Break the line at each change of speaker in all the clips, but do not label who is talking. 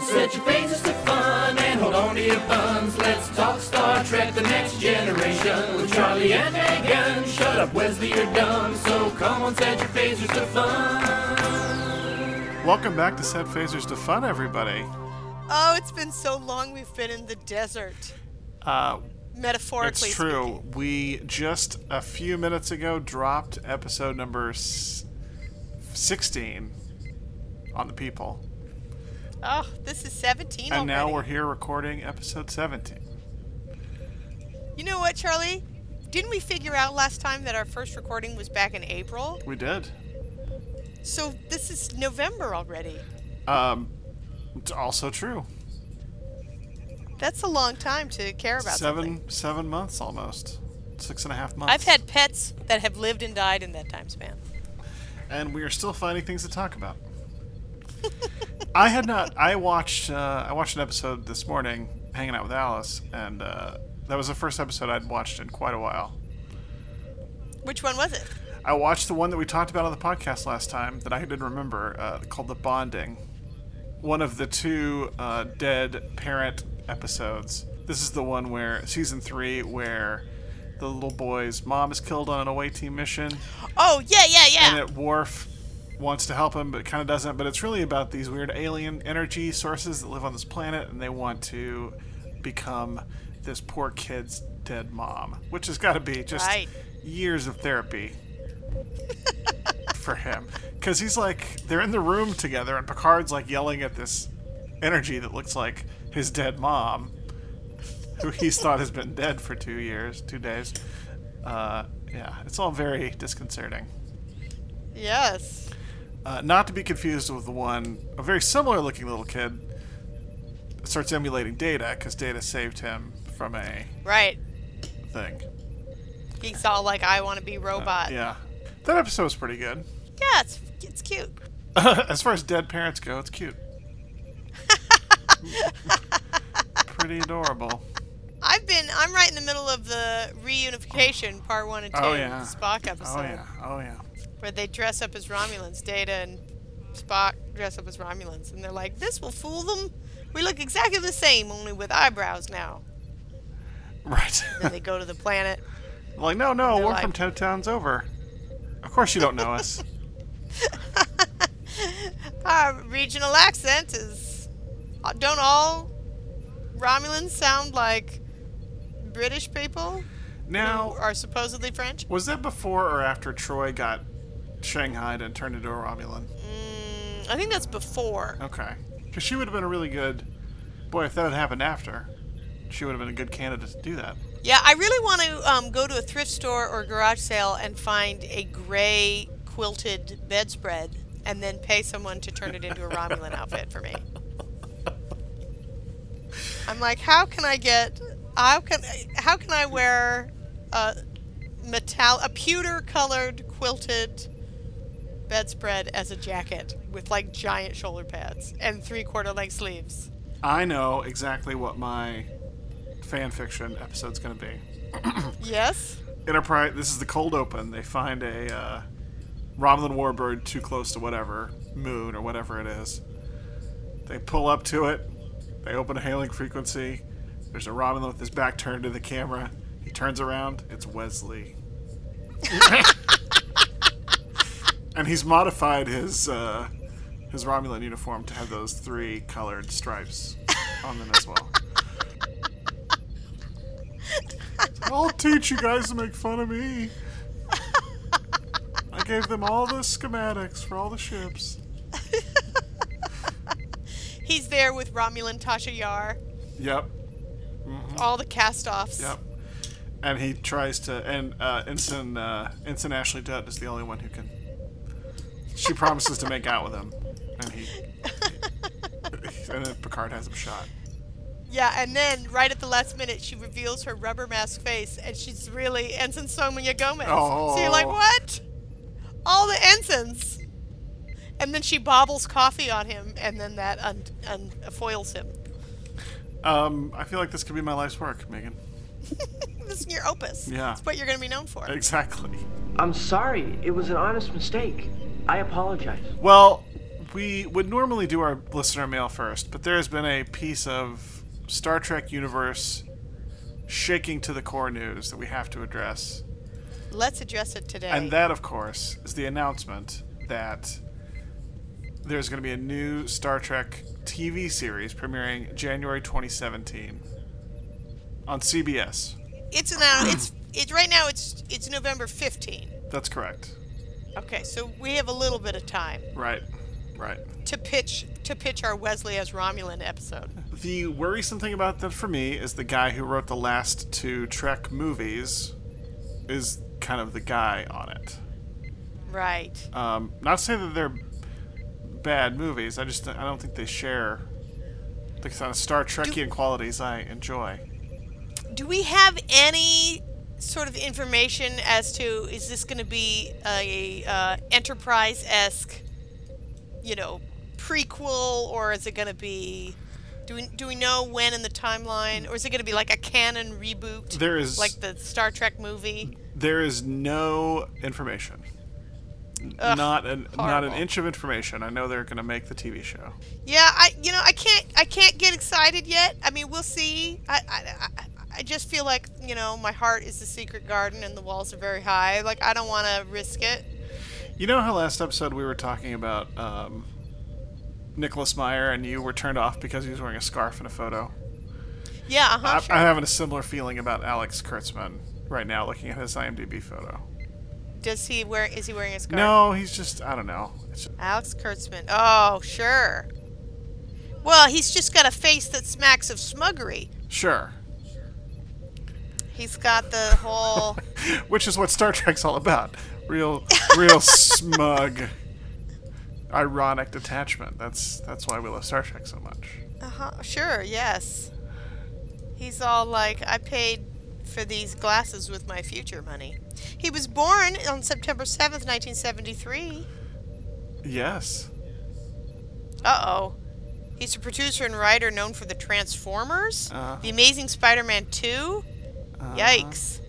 Set your faces to fun and hold on to your buns. Let's talk Star Trek The Next Generation with Charlie and Megan. Shut up, Wesley, you're dumb. So come on, set your faces to fun.
Welcome back to Set Phasers to Fun, everybody.
Oh, it's been so long we've been in the desert.
Uh,
Metaphorically.
it's true.
speaking.
We just a few minutes ago dropped episode number s- 16 on the people.
Oh, this is 17
And now
already.
we're here recording episode 17.
You know what, Charlie? Didn't we figure out last time that our first recording was back in April?
We did.
So this is November already.
Um, it's also true.
That's a long time to care about
seven
something.
seven months almost. Six and a half months.
I've had pets that have lived and died in that time span.
and we are still finding things to talk about. I had not. I watched. Uh, I watched an episode this morning, hanging out with Alice, and uh, that was the first episode I'd watched in quite a while.
Which one was it?
I watched the one that we talked about on the podcast last time that I didn't remember, uh, called "The Bonding," one of the two uh, dead parent episodes. This is the one where season three, where the little boy's mom is killed on an away team mission.
Oh, yeah, yeah, yeah.
and that Worf wants to help him, but kind of doesn't. But it's really about these weird alien energy sources that live on this planet, and they want to become this poor kid's dead mom, which has got to be just
Right.
years of therapy for him, because he's like they're in the room together, and Picard's like yelling at this energy that looks like his dead mom, who he's thought has been dead for two years, two days. Uh, yeah, it's all very disconcerting.
yes.
Uh, not to be confused with the one, a very similar looking little kid starts emulating Data because Data saved him from a
Right.
thing.
He's all like, I want to be robot.
Uh, Yeah. That episode was pretty good.
yeah, it's, it's cute.
as far as dead parents go, it's cute. pretty adorable.
I've been. I'm right in the middle of the reunification part one and two,
Oh, yeah.
the Spock episode,
Oh, yeah. Oh, yeah.
where they dress up as Romulans. Data and Spock dress up as Romulans, and they're like, "This will fool them. We look exactly the same, only with eyebrows now."
Right.
Then they go to the planet.
like, no, no,
They're
we're
like-
from 10 towns over. Of course you don't know us.
Our regional accent is. uh, Don't all Romulans sound like British people who
Now,
are supposedly French?
was that before or after Troy got shanghaied and turned into a Romulan?
Mm, I think that's before.
Okay. Because she would have been a really good. Boy, if that had happened after, she would have been a good candidate to do that.
Yeah, I really want to um, go to a thrift store or garage sale and find a gray quilted bedspread and then pay someone to turn it into a Romulan outfit for me. I'm like, how can I get how can how can I wear a metal a pewter colored quilted bedspread as a jacket with like giant shoulder pads and three quarter length sleeves?
I know exactly what my fan fiction episode's going to be.
Yes.
Enterprise. This is the cold open. They find a uh, Romulan warbird too close to whatever moon or whatever it is. They pull up to it. They open a hailing frequency. There's a Romulan with his back turned to the camera. He turns around. It's Wesley. and he's modified his uh, his Romulan uniform to have those three colored stripes on them as well. I'll teach you guys to make fun of me. I gave them all the schematics for all the ships.
He's there with Romulan Tasha Yar.
Yep,
all the cast-offs.
yep. And he tries to, and uh, Ensign, uh, Ensign Ashley Dutt is the only one who can. She promises to make out with him, and he, and then Picard has him shot.
Yeah, and then right at the last minute, she reveals her rubber mask face, and she's really Ensign Sonia Gomez. So you're like,
Oh.
what? All the ensigns. And then she bobbles coffee on him, and then that un- un- foils him.
Um, I feel like this could be my life's work, Megan.
This is your opus.
Yeah.
It's what you're going to be known for.
Exactly.
I'm sorry. It was an honest mistake. I apologize.
Well, we would normally do our listener mail first, but there has been a piece of Star Trek universe shaking to the core news that we have to address.
Let's address it today.
And that, of course, is the announcement that there's going to be a new Star Trek TV series premiering January 2017 on CBS.
it's an hour. It's it's right now. It's it's November 15.
That's correct.
Okay, so we have a little bit of time
Right. Right.
to pitch to pitch our Wesley as Romulan episode.
The worrisome thing about that for me is the guy who wrote the last two Trek movies is kind of the guy on it.
Right.
Um, not to say that they're bad movies. I just I don't think they share the kind of Star Trekian qualities I enjoy.
Do we have any sort of information as to is this going to be a uh, Enterprise esque, you know, prequel, or is it going to be? Do we, do we know when in the timeline, or is it going to be like a canon reboot,
There is
like the Star Trek movie?
there is no information. N-
Ugh,
not an not an
horrible.
inch of information. I know they're going to make the TV show.
Yeah, I you know I can't I can't get excited yet. I mean, we'll see. I I, I, I just feel like you know my heart is the secret garden and the walls are very high. Like I don't want to risk it.
You know how last episode we were talking about um, Nicholas Meyer and you were turned off because he was wearing a scarf in a photo.
Yeah, uh-huh,
I,
sure.
I'm having a similar feeling about Alex Kurtzman right now, looking at his IMDb photo.
Does he wear? Is he wearing a scarf?
No, he's just I don't know. It's
Alex Kurtzman. Oh, sure. Well, he's just got a face that smacks of smuggery.
Sure.
He's got the whole.
Which is what Star Trek's all about. Real real smug ironic detachment. That's that's why we love Star Trek so much.
Uh-huh, sure. Yes. He's all like, I paid for these glasses with my future money. He was born on September seventh, nineteen seventy-three.
Yes.
Uh-oh. He's a producer and writer known for the Transformers,
Uh-huh.
The Amazing Spider-Man 2. Yikes.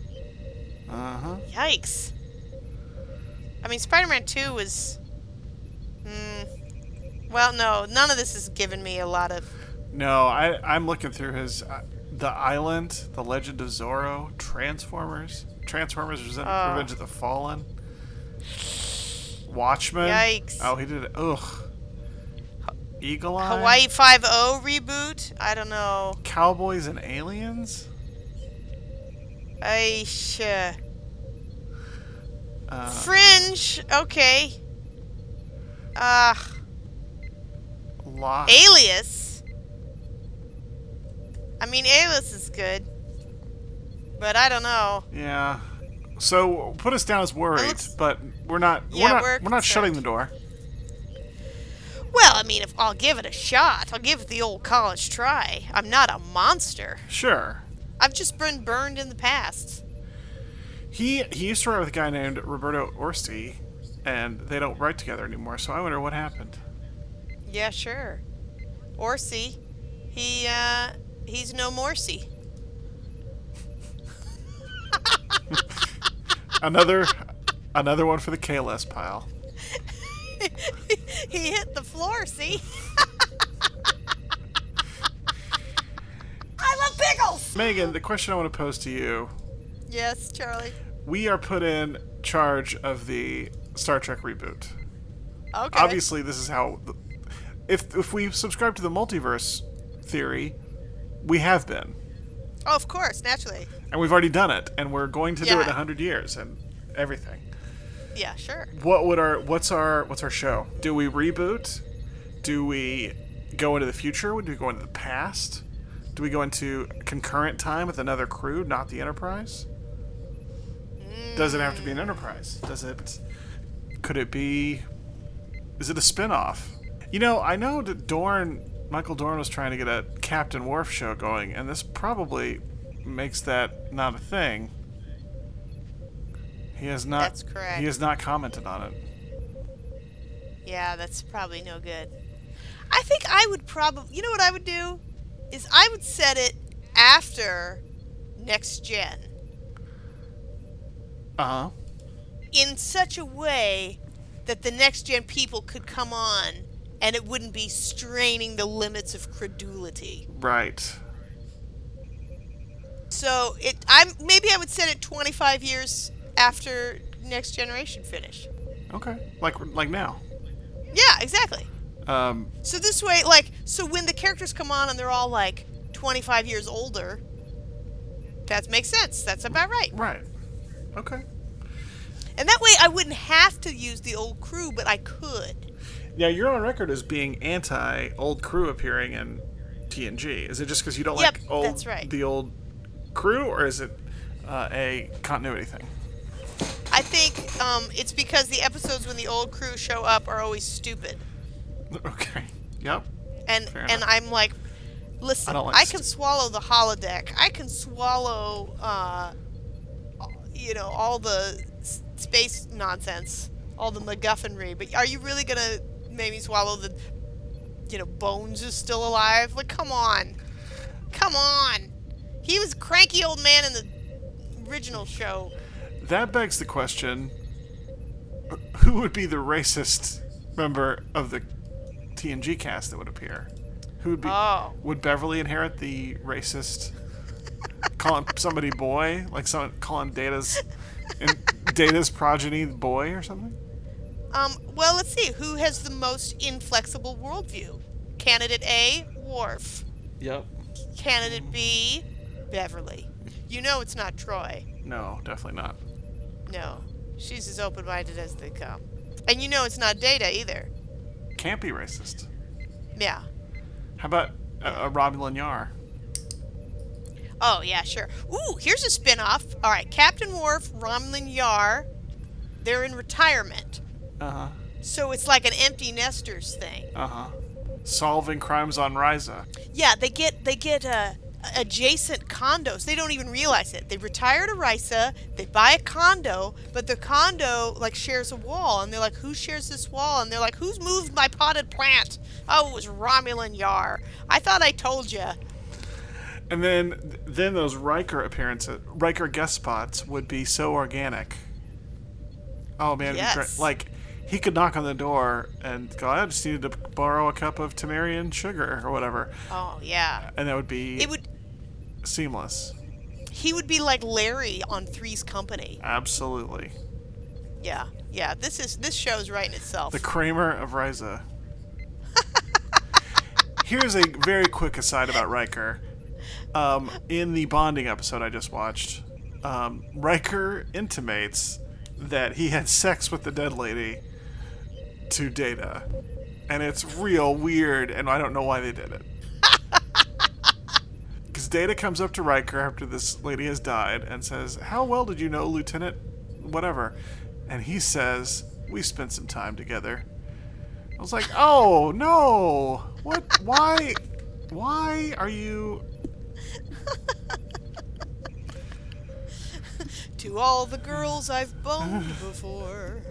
Uh-huh.
Yikes. I mean, Spider Man 2 was. Mm, well, no, none of this has given me a lot of.
No, I I'm looking through his uh, The Island, The Legend of Zorro, Transformers, Transformers Resen-
Oh.
Revenge of the Fallen, Watchmen.
Yikes.
Oh, he did it. Ugh. Eagle Eye.
Hawaii 5 0 reboot? I don't know.
Cowboys and Aliens.
I. sh-
Uh,
Fringe? Okay. Uh,
Lost.
Alias? I mean, Alias is good. But I don't know.
Yeah. So put us down as worried,
looks-
but we're not.
Yeah,
we're not.
we're
We're, not shutting
concerned.
the door.
Well, I mean, if I'll give it a shot, I'll give it the old college try. I'm not a monster.
Sure.
I've just been burned in the past.
He he used to write with a guy named Roberto Orsi, and they don't write together anymore. So I wonder what happened.
Yeah, sure. Orsi, he uh, he's no Morsi.
Another another one for the KLS pile.
he hit the floor. See. I love pickles.
Megan, the question I want to pose to you:
Yes, Charlie.
We are put in charge of the Star Trek reboot.
Okay.
Obviously, this is how. the- If if we subscribe to the multiverse theory, we have been.
Oh, of course, naturally.
and we've already done it and we're going to do it in
Yeah.
100 years and everything
Yeah, sure.
what would our what's our what's our show do we reboot do we go into the future do we go into the past do we go into concurrent time with another crew not the enterprise does it have to be
Mm.
an enterprise does it could it be is it a spin-off you know i know that dorn michael dorn was trying to get a captain wharf show going and this probably makes that not a thing he has not
That's correct.
he has not commented on it
Yeah, that's probably no good. I think I would probably. You know what I would do? Is I would set it after next gen
uh-huh
in such a way that the next gen people could come on and it wouldn't be straining the limits of credulity.
Right.
So it, I'm maybe I would set it 25 years after Next Generation finish.
Okay. Like like now.
Yeah, exactly.
Um,
So this way, like, so when the characters come on and they're all like 25 years older, that makes sense. That's about right.
right. Okay.
And that way, I wouldn't have to use the old crew, but I could.
Now you're on record as being anti old crew appearing in TNG. Is it just because you don't
Yep,
like old
that's right.
the old crew, or is it uh, a continuity thing?
I think um, it's because the episodes when the old crew show up are always stupid,
Okay. Yep.
and
Fair
and
enough.
I'm like, listen,
I
I,
don't like
can
st-
swallow the holodeck. I can swallow, uh, you know, all the s- space nonsense, all the MacGuffinry. But are you really gonna make me swallow the, you know, Bones is still alive? Like, come on, come on. He was a cranky old man in the original show.
That begs the question: Who would be the racist member of the TNG cast that would appear? Who would be?
Oh.
Would Beverly inherit the racist? calling somebody boy, like some calling Data's in, Data's progeny boy or something.
Um, well, let's see. Who has the most inflexible worldview? Candidate A, Worf.
Yep.
Candidate B, Beverly. You know it's not Troy.
No, definitely not.
No. She's as open minded as they come. And you know it's not Data either.
Can't be racist.
Yeah.
How about uh, uh, Romulan Yar?
Oh, yeah, sure. Ooh, here's a spin off. All right. Captain Worf, Romulan Yar, they're in retirement.
Uh huh.
So it's like an empty nesters thing.
Uh huh. Solving crimes on Ryza.
Yeah, they get they get uh, adjacent condos. They don't even realize it. They retire to Risa, they buy a condo, but the condo like shares a wall, and they're like, "Who shares this wall?" And they're like, "Who's moved my potted plant?" Oh, it was Romulan Yar. I thought I told you.
And then then those Riker appearances, Riker guest spots would be so organic. Oh man, it'd be
Yes.
great. like he could knock on the door and go, "I just needed to borrow a cup of Temerian sugar or whatever,"
Oh yeah,
and that would be
it would.
seamless.
He would be like Larry on Three's Company.
Absolutely,
Yeah, yeah. This is this show's right in itself.
the Kramer of Ryza. Here's a very quick aside about Riker. Um, in the bonding episode I just watched, um, Riker intimates that he had sex with the dead lady to Data, and it's real weird, and I don't know why they did it. Because Data comes up to Riker after this lady has died and says, "How well did you know, Lieutenant? Whatever," and he says, "We spent some time together." I was like, "Oh no! What? Why? Why are you
to all the girls I've boned before.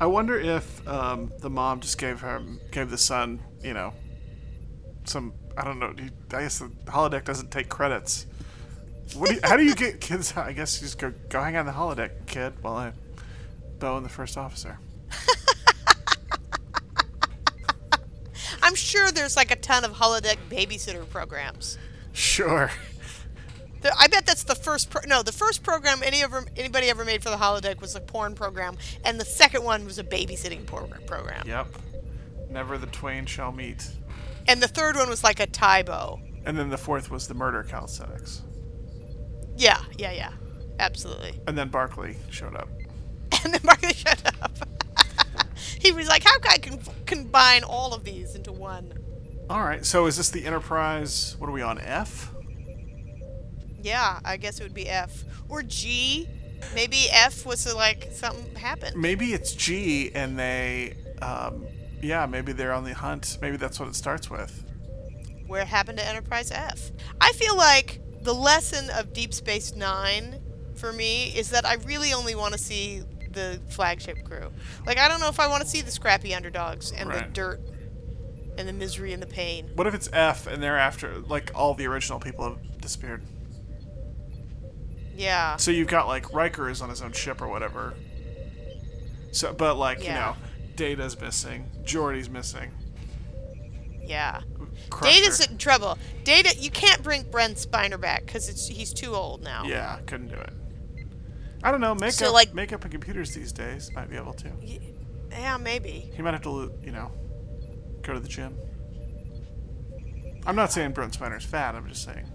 I wonder if um, the mom just gave him gave the son, you know, some I don't know. he- I guess the holodeck doesn't take credits. What do you, how do you get kids? I guess you just go go hang on the holodeck, kid, while I bow in the first officer.
I'm sure there's like a ton of holodeck babysitter programs.
Sure.
The- I bet that's the first pro- no the first program any ever anybody ever made for the holodeck was a porn program, and the second one was a babysitting program program,
Yep. Never the twain shall meet.
and the third one was like a Tybo.
And then the fourth was the murder calisthenics.
Yeah, yeah, yeah, absolutely.
And then Barkley showed up.
And then Markley shut up. he was like, "How can I con- combine all of these into one?"
All right. So is this the Enterprise? What are we on F?
Yeah, I guess it would be F or G. Maybe F was uh, like something happened.
maybe it's G and they, um, yeah, maybe they're on the hunt. Maybe that's what it starts with.
where it happened to Enterprise F. I feel like the lesson of Deep Space Nine for me is that I really only want to see the flagship crew. Like, I don't know if I want to see the scrappy underdogs and the
Right.
dirt and the misery and the pain.
What if it's F and they're after, like, all the original people have disappeared?
Yeah.
So you've got, like, Riker is on his own ship or whatever. So, but, like,
Yeah.
you know, Data's missing, Geordi's missing.
Yeah.
Crusher.
Data's in trouble. Data, you can't bring Brent Spiner back because it's he's too old now.
Yeah, couldn't do it. I don't know. Makeup,
Oh. So, like-
makeup and computers these days might be able to.
Y- Yeah, maybe.
He might have to, you know, go to the gym. I'm not saying Brent Spiner's fat. I'm just saying,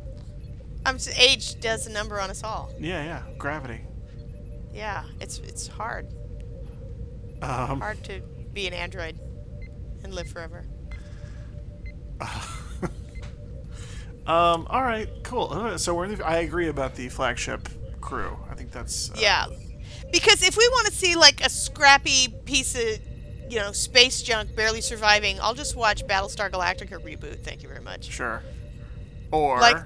I'm s age does a number on us all.
yeah, yeah, gravity.
Yeah, it's it's hard
Um,
hard to be an android and live forever.
um, all right, cool. Uh, So we're in the, I agree about the flagship crew. I think that's uh,
Yeah, because if we want to see like a scrappy piece of you know space junk barely surviving, I'll just watch Battlestar Galactica reboot. Thank you very much.
sure. Or
Like-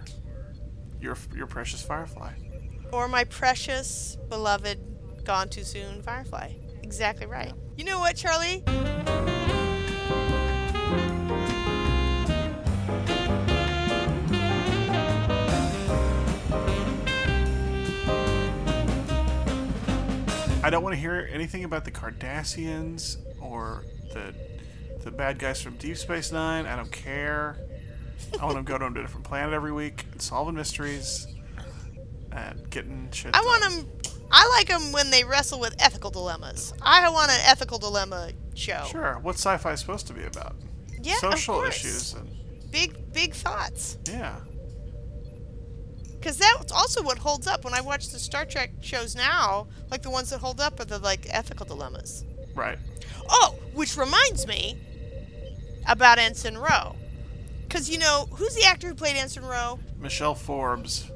your your precious Firefly.
Or my precious beloved gone too soon Firefly. Exactly right. You know what, Charlie?
I don't want to hear anything about the Cardassians or the the bad guys from Deep Space Nine. I don't care. I want to go to a different planet every week and solving mysteries and getting shit.
I want them. I like them when they wrestle with ethical dilemmas. I want an ethical dilemma show.
Sure. What's sci-fi supposed to be about?
Yeah, of
Social
course.
issues and
Big big thoughts.
yeah.
Because that's also what holds up. When I watch the Star Trek shows now, like the ones that hold up are the like ethical dilemmas.
Right.
Oh, which reminds me about Ensign Rowe. Because you know who's the actor who played Ensign Rowe?
Michelle Forbes.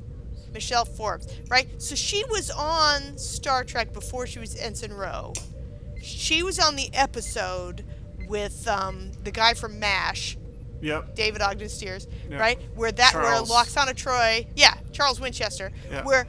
Michelle Forbes, right? So she was on Star Trek before she was Ensign Rowe. She was on the episode with um, the guy from MASH,
Yep.
David Ogden Steers,
Yeah.
right? Where that
Charles.
where Loxana Troy, yeah, Charles Winchester,
Yeah.
where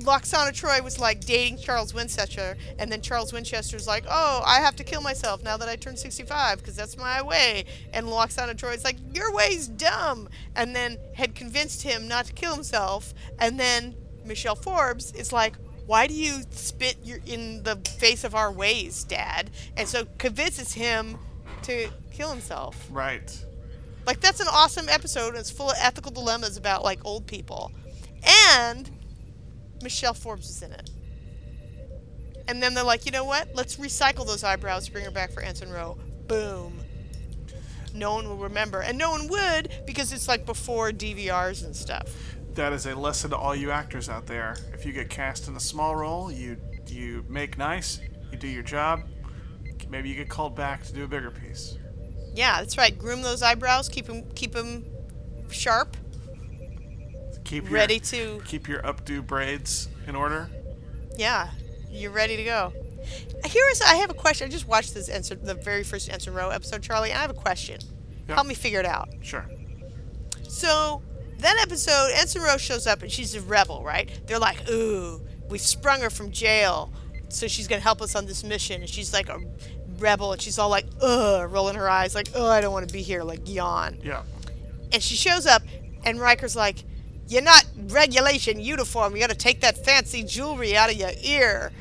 Loxana Troy was like dating Charles Winchester, and then Charles Winchester's like, "Oh, I have to kill myself now that I turn 65 because that's my way," and Loxana Troy's like, "Your way's dumb," and then had convinced him not to kill himself, and then Michelle Forbes is like. Why do you spit your, in the face of our ways, Dad? And so convinces him to kill himself.
Right.
Like that's an awesome episode. and It's full of ethical dilemmas about like old people, and Michelle Forbes is in it. And then they're like, you know what? Let's recycle those eyebrows. Bring her back for Anson Rowe. Boom. No one will remember, and no one would because it's like before DVRs and stuff.
That is a lesson to all you actors out there. If you get cast in a small role, you you make nice, you do your job. Maybe you get called back to do a bigger piece.
Yeah, that's right. Groom those eyebrows. Keep them, keep 'em sharp.
Keep your,
Ready to
keep your updo braids in order.
Yeah, you're ready to go. Here is I have a question. I just watched this answer, the very first answer row episode, Charlie. And I have a question.
Yeah.
Help me figure it out.
Sure.
So that episode, Ensign Rose shows up and she's a rebel, right? They're like, ooh, we've sprung her from jail, so she's gonna help us on this mission. And she's like a rebel, and she's all like, ugh, rolling her eyes, like, oh, I don't want to be here, like yawn.
Yeah.
And she shows up, and Riker's like, You're not regulation uniform. You gotta take that fancy jewelry out of your ear,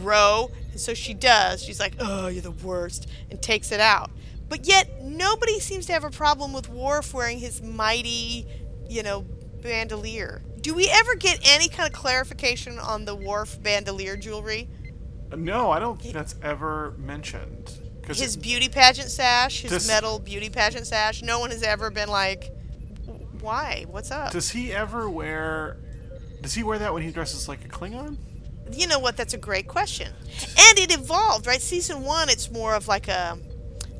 Ro. And so she does. She's like, Oh, you're the worst, and takes it out. But yet, nobody seems to have a problem with Worf wearing his mighty, you know, bandolier. Do we ever get any kind of clarification on the Worf bandolier jewelry?
No, I don't think that's ever mentioned. Cause
His beauty pageant sash, his
Does-
metal beauty pageant sash. No one has ever been like, Why? What's up?
does he ever wear? Does he wear that when he dresses like a Klingon?
you know what that's a great question and it evolved right season one it's more of like a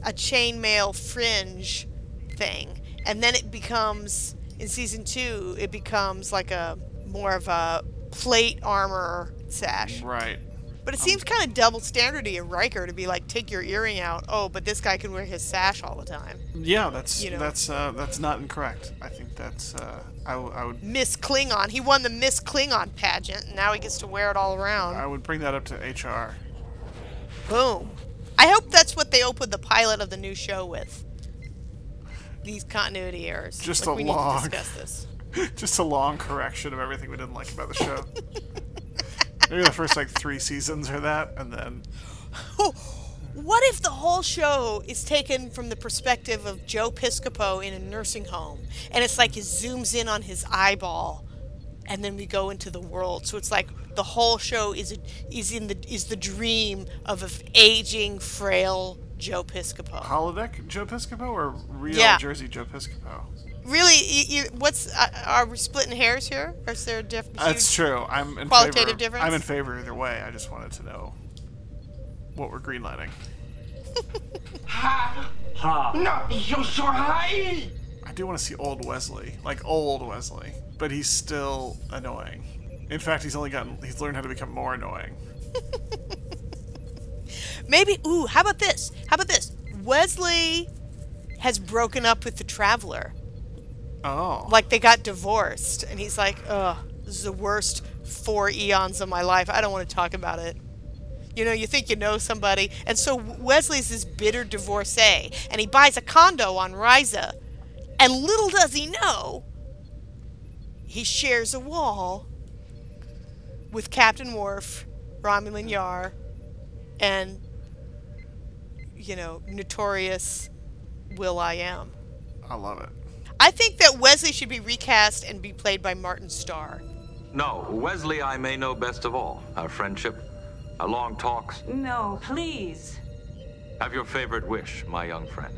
a chainmail fringe thing and then it becomes in season two it becomes like a more of a plate armor sash
Right.
but it seems kind of double standardy of riker to be like take your earring out oh but this guy can wear his sash all the time
Yeah, that's
You know.
that's uh, that's not incorrect. I think that's uh, I, w- I would
miss klingon he won the miss klingon pageant and now he gets to wear it all around
I would bring that up to HR.
Boom. I hope that's what they opened the pilot of the new show with. These continuity errors.
Just
Like,
a
we
log.
Need to discuss this.
Just a long correction of everything we didn't like about the show. Maybe the first like three seasons or that, and then
What if the whole show is taken from the perspective of Joe Piscopo in a nursing home, and it's like it zooms in on his eyeball, and then we go into the world. So it's like the whole show is a, is in the is the dream of an aging, frail Joe Piscopo.
Holodeck Joe Piscopo or real
Yeah.
Jersey Joe Piscopo?
Really, you, you, what's uh, are we splitting hairs here? Or is there a difference?
That's true. I'm in
Qualitative
favor.
difference?
I'm in favor either way. I just wanted to know what we're greenlighting.
Not so sure high.
I do want to see old Wesley, like old Wesley, but he's still annoying. In fact, he's only gotten he's learned how to become more annoying.
Maybe. Ooh, how about this? How about this? Wesley has broken up with the traveler.
Oh,
Like they got divorced, and he's like, "Ugh, this is the worst four eons of my life. I don't want to talk about it." You know, you think you know somebody, and so Wesley's this bitter divorcee, and he buys a condo on Riza, and little does he know, he shares a wall with Captain Worf, Romulan Yar, and you know, notorious Will I Am.
I love it.
I think that Wesley should be recast and be played by Martin Starr.
No, Wesley I may know best of all. Our friendship, our long talks.
No, please.
Have your favorite wish, my young friend.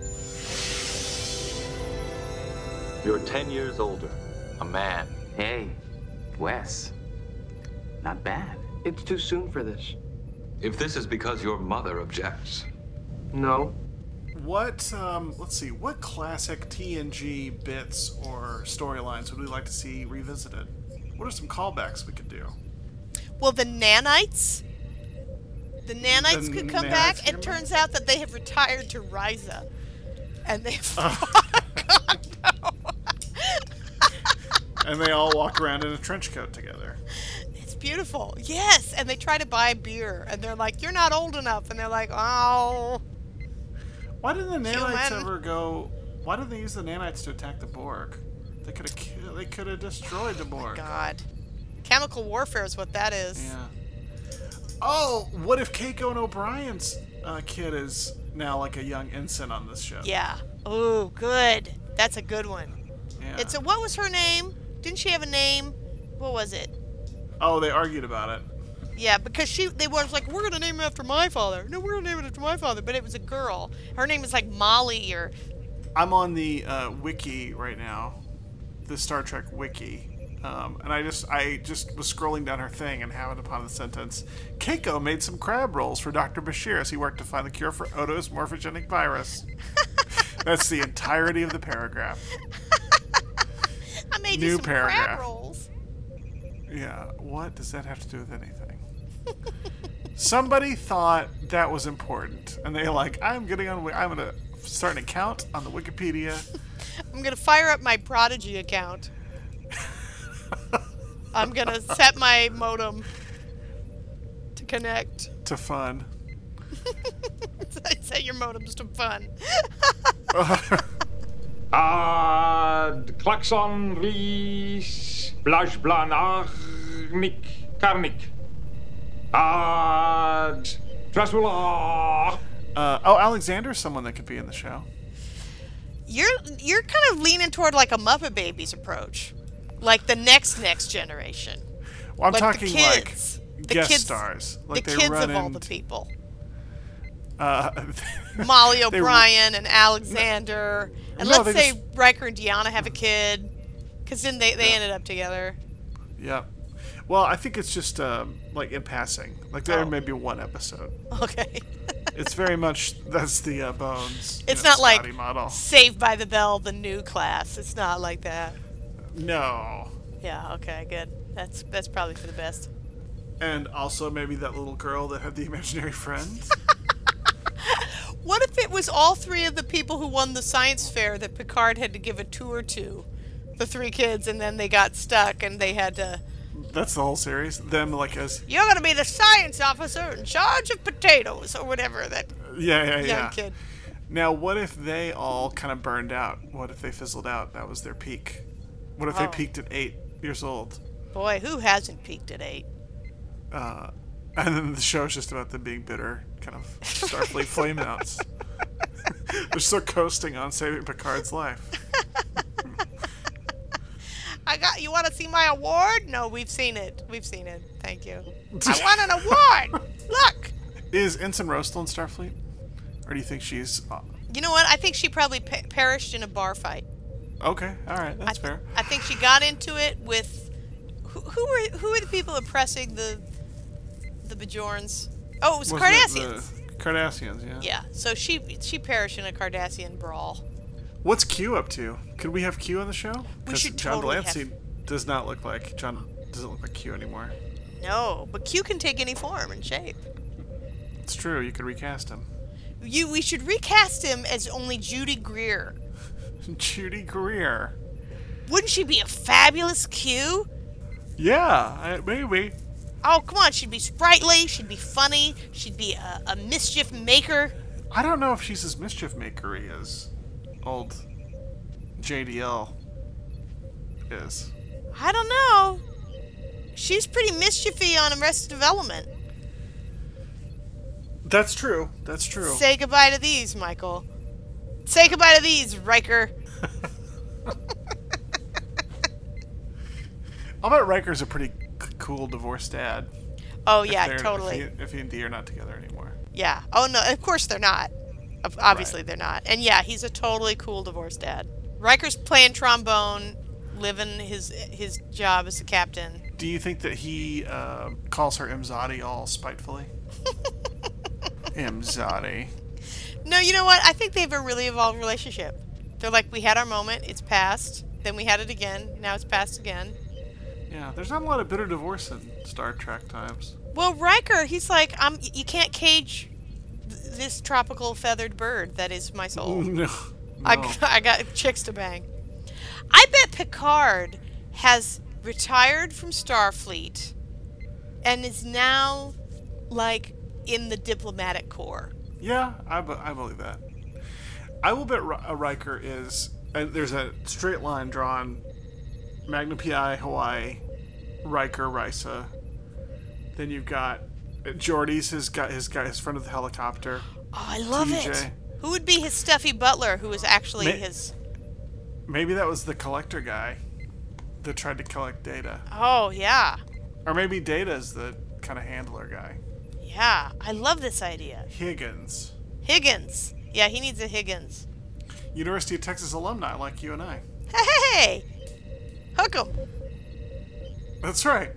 You're 10 years older, a man.
Hey, Wes. Not bad.
It's too soon for this.
If this is because your mother objects,
No.
What um, let's see, what classic TNG bits or storylines would we like to see revisited? What are some callbacks we could do?
Well, the nanites. The nanites
The
could come
nanites
back.
could
It
come
turns out that they have retired to Riza, and they
And they all walk around in a trench coat together.
it's beautiful. Yes, and they try to buy beer, and they're like, "You're not old enough," and they're like, "Oh."
Why didn't the nanites
Human.
ever go? Why did they use the nanites to attack the Borg? They could have they could have destroyed the
Oh
Borg.
God, chemical warfare is what that is.
Yeah. Oh, what if Keiko and O'Brien's uh, kid is now like a young ensign on this show?
Yeah. Oh, good. That's a good one.
Yeah.
It's a what was her name? Didn't she have a name? What was it?
oh, they argued about it.
Yeah, because she they was like, we're gonna name it after my father. No, we're gonna name it after my father. But it was a girl. Her name is like Molly or
I'm on the uh, wiki right now, the Star Trek wiki, um, and I just I just was scrolling down her thing and happened upon the sentence: Keiko made some crab rolls for Dr. Bashir as he worked to find the cure for Odo's morphogenic virus. That's the entirety of the paragraph.
I made you
New
some crab
paragraph.
rolls.
Yeah, what does that have to do with anything? Somebody thought that was important, and they like, I'm getting on. Wi- I'm gonna start an account on the Wikipedia.
I'm gonna fire up my Prodigy account. I'm gonna set my modem to connect.
to fun.
set your modems to fun.
Ad klaxon ris blajblan arnik karnik. Ad trasula.
Uh, oh, Alexander's someone that could be in the show.
You're you're kind of leaning toward like a Muppet Babies approach, like the next next generation.
Well, I'm
Like the
talking like
kids. The
guest
kids-
stars, like
the
they
kids
run
of all
in-
the people.
Uh,
Molly
they-
O'Brien and Alexander. And
No,
let's
they
say Riker and Deanna have a kid, because then they, they
Yeah.
ended up together.
Yep. Well, I think it's just um, like in passing. Like there
Oh.
may be one episode.
Okay.
It's very much that's the uh, bones. you
It's
know,
not like
Scotty model.
Saved by the Bell, the new class. It's not like that.
No.
Yeah, okay, good. That's that's probably for the best.
And also maybe that little girl that had the imaginary friend.
What if it was all three of the people who won the science fair that Picard had to give a tour to? The three kids, and then they got stuck and they had to.
That's the whole series. Them like as
You're going to be the science officer in charge of potatoes, or whatever that
yeah yeah
young
yeah.
kid.
Now what if they all kind of burned out? What if they fizzled out? That was their peak. What if
Oh.
they peaked at eight years old?
Boy, who hasn't peaked at eight?
And then the show's just about them being bitter, kind of Starfleet flameouts. They're still coasting on saving Picard's life.
I got. You want to see my award? No, we've seen it. We've seen it. Thank you. I won an award. Look.
Is Ensign Rose still in Starfleet? Or do you think she's. uh,
You know what? I think she probably pe- perished in a bar fight.
Okay, alright, that's
I,
fair.
I think she got into it with who, who were who were the people oppressing the the Bajorans? Oh, it was
Wasn't it
Cardassians.
the Cardassians, yeah.
Yeah. So she she perished in a Cardassian brawl.
What's Q up to? Could we have Q on the show? Because
should
John
totally have-
Delancey does not look like John doesn't look like Q anymore.
No, but Q can take any form and shape.
It's true. You could recast him.
You we should recast him as only Judy Greer.
Judy Greer.
Wouldn't she be a fabulous Q?
Yeah, I, maybe.
Oh, come on, she'd be sprightly, she'd be funny, she'd be a, a mischief maker.
I don't know if she's as mischief makery as old JDL is.
I don't know. She's pretty mischiefy on Arrested Development.
That's true. That's true.
Say goodbye to these, Michael. Say goodbye to these, Riker.
I'll bet Riker's a pretty c- cool divorced dad.
Oh
if
yeah,
they're-
totally.
If he, if he and Dee are not together anymore.
Yeah. Oh no, of course they're not. Ob- Obviously they're not. And yeah, he's a totally cool divorced dad. Riker's playing trombone, living his his job as a captain.
Do you think that he uh, calls her Imzadi all spitefully? Imzadi.
No, you know what? I think they have a really evolved relationship. They're like, we had our moment, it's passed. Then we had it again. Now it's passed again.
Yeah, there's not a lot of bitter divorce in Star Trek times.
Well, Riker, he's like, I'm. You can't cage th- this tropical feathered bird that is my soul.
Oh, No. no.
I, I got chicks to bang. I bet Picard has retired from Starfleet and is now like in the diplomatic corps.
Yeah, I, be- I believe that. I will bet Ri- uh, Riker is. Uh, there's a straight line drawn Magna PI, Hawaii, Riker, Risa. Then you've got uh, Geordies, his guy, his guy, his friend of the helicopter.
Oh, I love it.
TJ.
Who would be his stuffy butler who is actually
Ma-
his
Maybe that was the collector guy that tried to collect data.
Oh, yeah.
Or maybe Data's the kind of handler guy.
Yeah, I love this idea.
Higgins.
Higgins. Yeah, he needs a Higgins.
University of Texas alumni like you and I.
Hey, hook him.
That's right.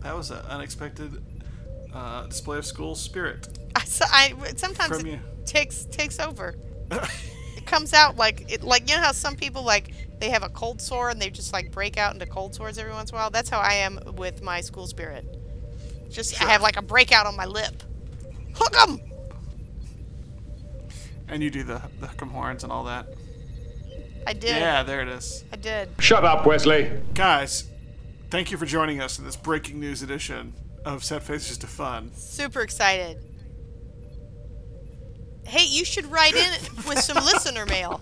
That was an unexpected uh, display of school spirit
I, so- I sometimes
from
it
you.
takes takes over. it comes out like it like you know how some people like they have a cold sore and they just like break out into cold sores every once in a while. That's how I am with my school spirit. Just I have like a breakout on my lip. Hook 'em.
And you do the, the hook'em horns and all that.
I did.
Yeah, there it is.
I did.
Shut up, Wesley.
Guys, thank you for joining us in this breaking news edition of Set Faces to Fun.
Super excited. Hey, you should write in with some listener mail.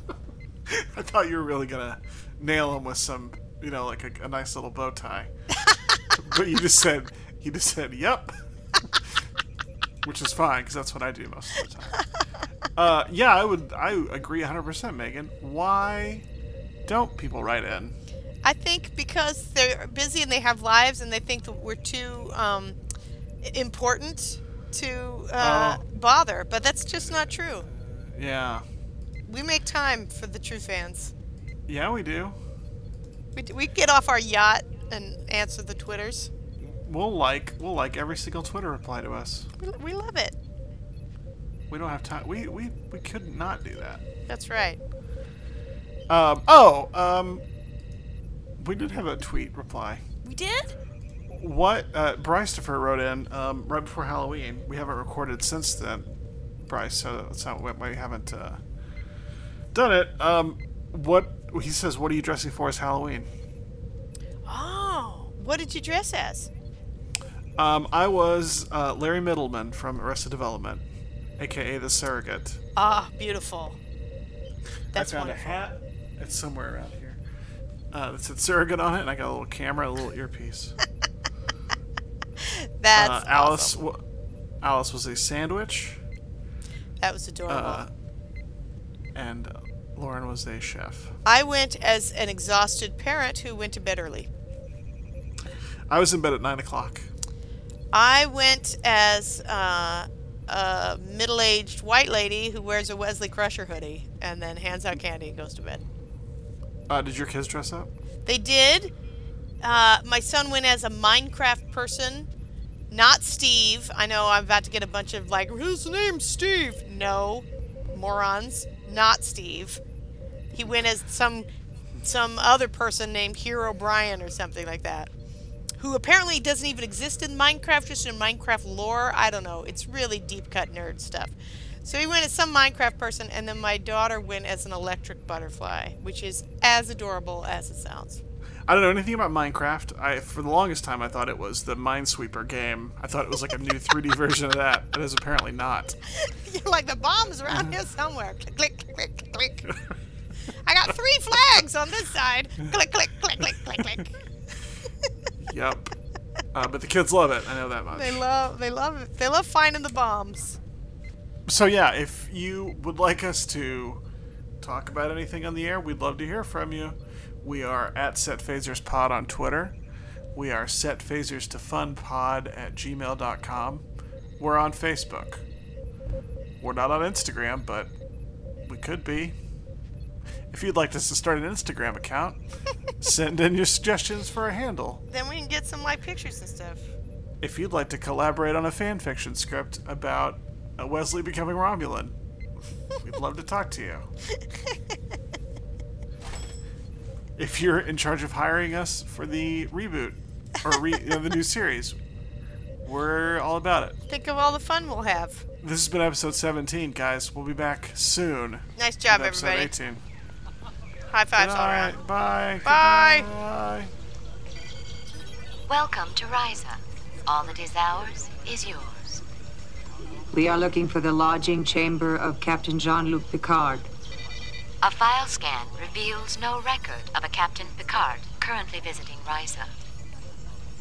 I thought you were really going to nail him with some, you know, like a, a nice little bow tie. but you just said, you just said, yep. Which is fine because that's what I do most of the time. Uh, yeah, I would, I agree 100%, Megan. Why don't people write in?
I think because they're busy and they have lives and they think that we're too um, i- important to uh,
Oh.
bother, but that's just not true.
Yeah.
We make time for the true fans.
Yeah, we do.
We, d- we get off our yacht and answer the Twitters.
We'll like, we'll like every single Twitter reply to us.
We, we love it.
We don't have time. We, we, we could not do that.
That's right.
Um, oh, um, we did have a tweet reply.
We did?
What uh, Brycestopher wrote in um, right before Halloween. We haven't recorded since then, Bryce. So that's not what we haven't uh, done it. Um, what he says? What are you dressing for as Halloween?
Oh, what did you dress as?
Um, I was uh, Larry Middleman from Arrested Development, aka the Surrogate.
Ah, beautiful. That's
I found
wonderful.
a hat. It's somewhere around here. Uh, that said Surrogate on it, and I got a little camera, a little earpiece.
That's
Uh, Alice,
awesome.
w- Alice was a sandwich,
That was adorable.
uh,
Uh-huh.
and Lauren was a chef.
I went as an exhausted parent who went to bed early.
I was in bed at nine o'clock.
I went as uh, a middle aged white lady who wears a Wesley Crusher hoodie and then hands out candy and goes to bed.
Uh, did your kids dress up?
They did. Uh, my son went as a Minecraft person, not Steve. I know I'm about to get a bunch of like, his name's Steve. No, morons, not Steve. He went as some some other person named Hero Brian or something like that, who apparently doesn't even exist in Minecraft, just in Minecraft lore. I don't know. It's really deep cut nerd stuff. So he went as some Minecraft person, and then my daughter went as an electric butterfly, which is as adorable as it sounds.
I don't know anything about Minecraft. I for the longest time I thought it was the Minesweeper game. I thought it was like a new 3D version of that. It is apparently not.
You're like the bombs around here somewhere. Click, click, click, click, click. I got three flags on this side. Click, click, click, click, click, click.
Yep. Uh, but the kids love it. I know that much.
They love, they love, it. they love finding the bombs.
So yeah, if you would like us to talk about anything on the air, we'd love to hear from you. We are at Set Phasers Pod on Twitter. We are Set Phasers to Fun Pod at gmail.com. We're on Facebook. We're not on Instagram, but we could be. If you'd like us to start an Instagram account, send in your suggestions for a handle.
Then we can get some like pictures and stuff.
If you'd like to collaborate on a fan fiction script about uh, Wesley becoming Romulan, we'd love to talk to you. If you're in charge of hiring us for the reboot or re- you know, the new series, we're all about it.
Think of all the fun we'll have.
This has been episode 17, guys. We'll be back soon.
Nice job,
with episode
everybody.
18.
High fives all around.
Alright, Bye.
Bye.
Bye.
Welcome to Riza. All that is ours is yours.
We are looking for the lodging chamber of Captain Jean Luc Picard.
A file scan reveals no record of a Captain Picard currently visiting Riza.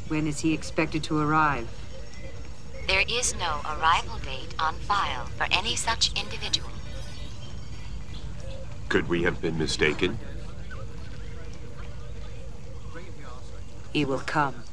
When is he expected to arrive?
There is no arrival date on file for any such individual.
Could we have been mistaken?
He will come.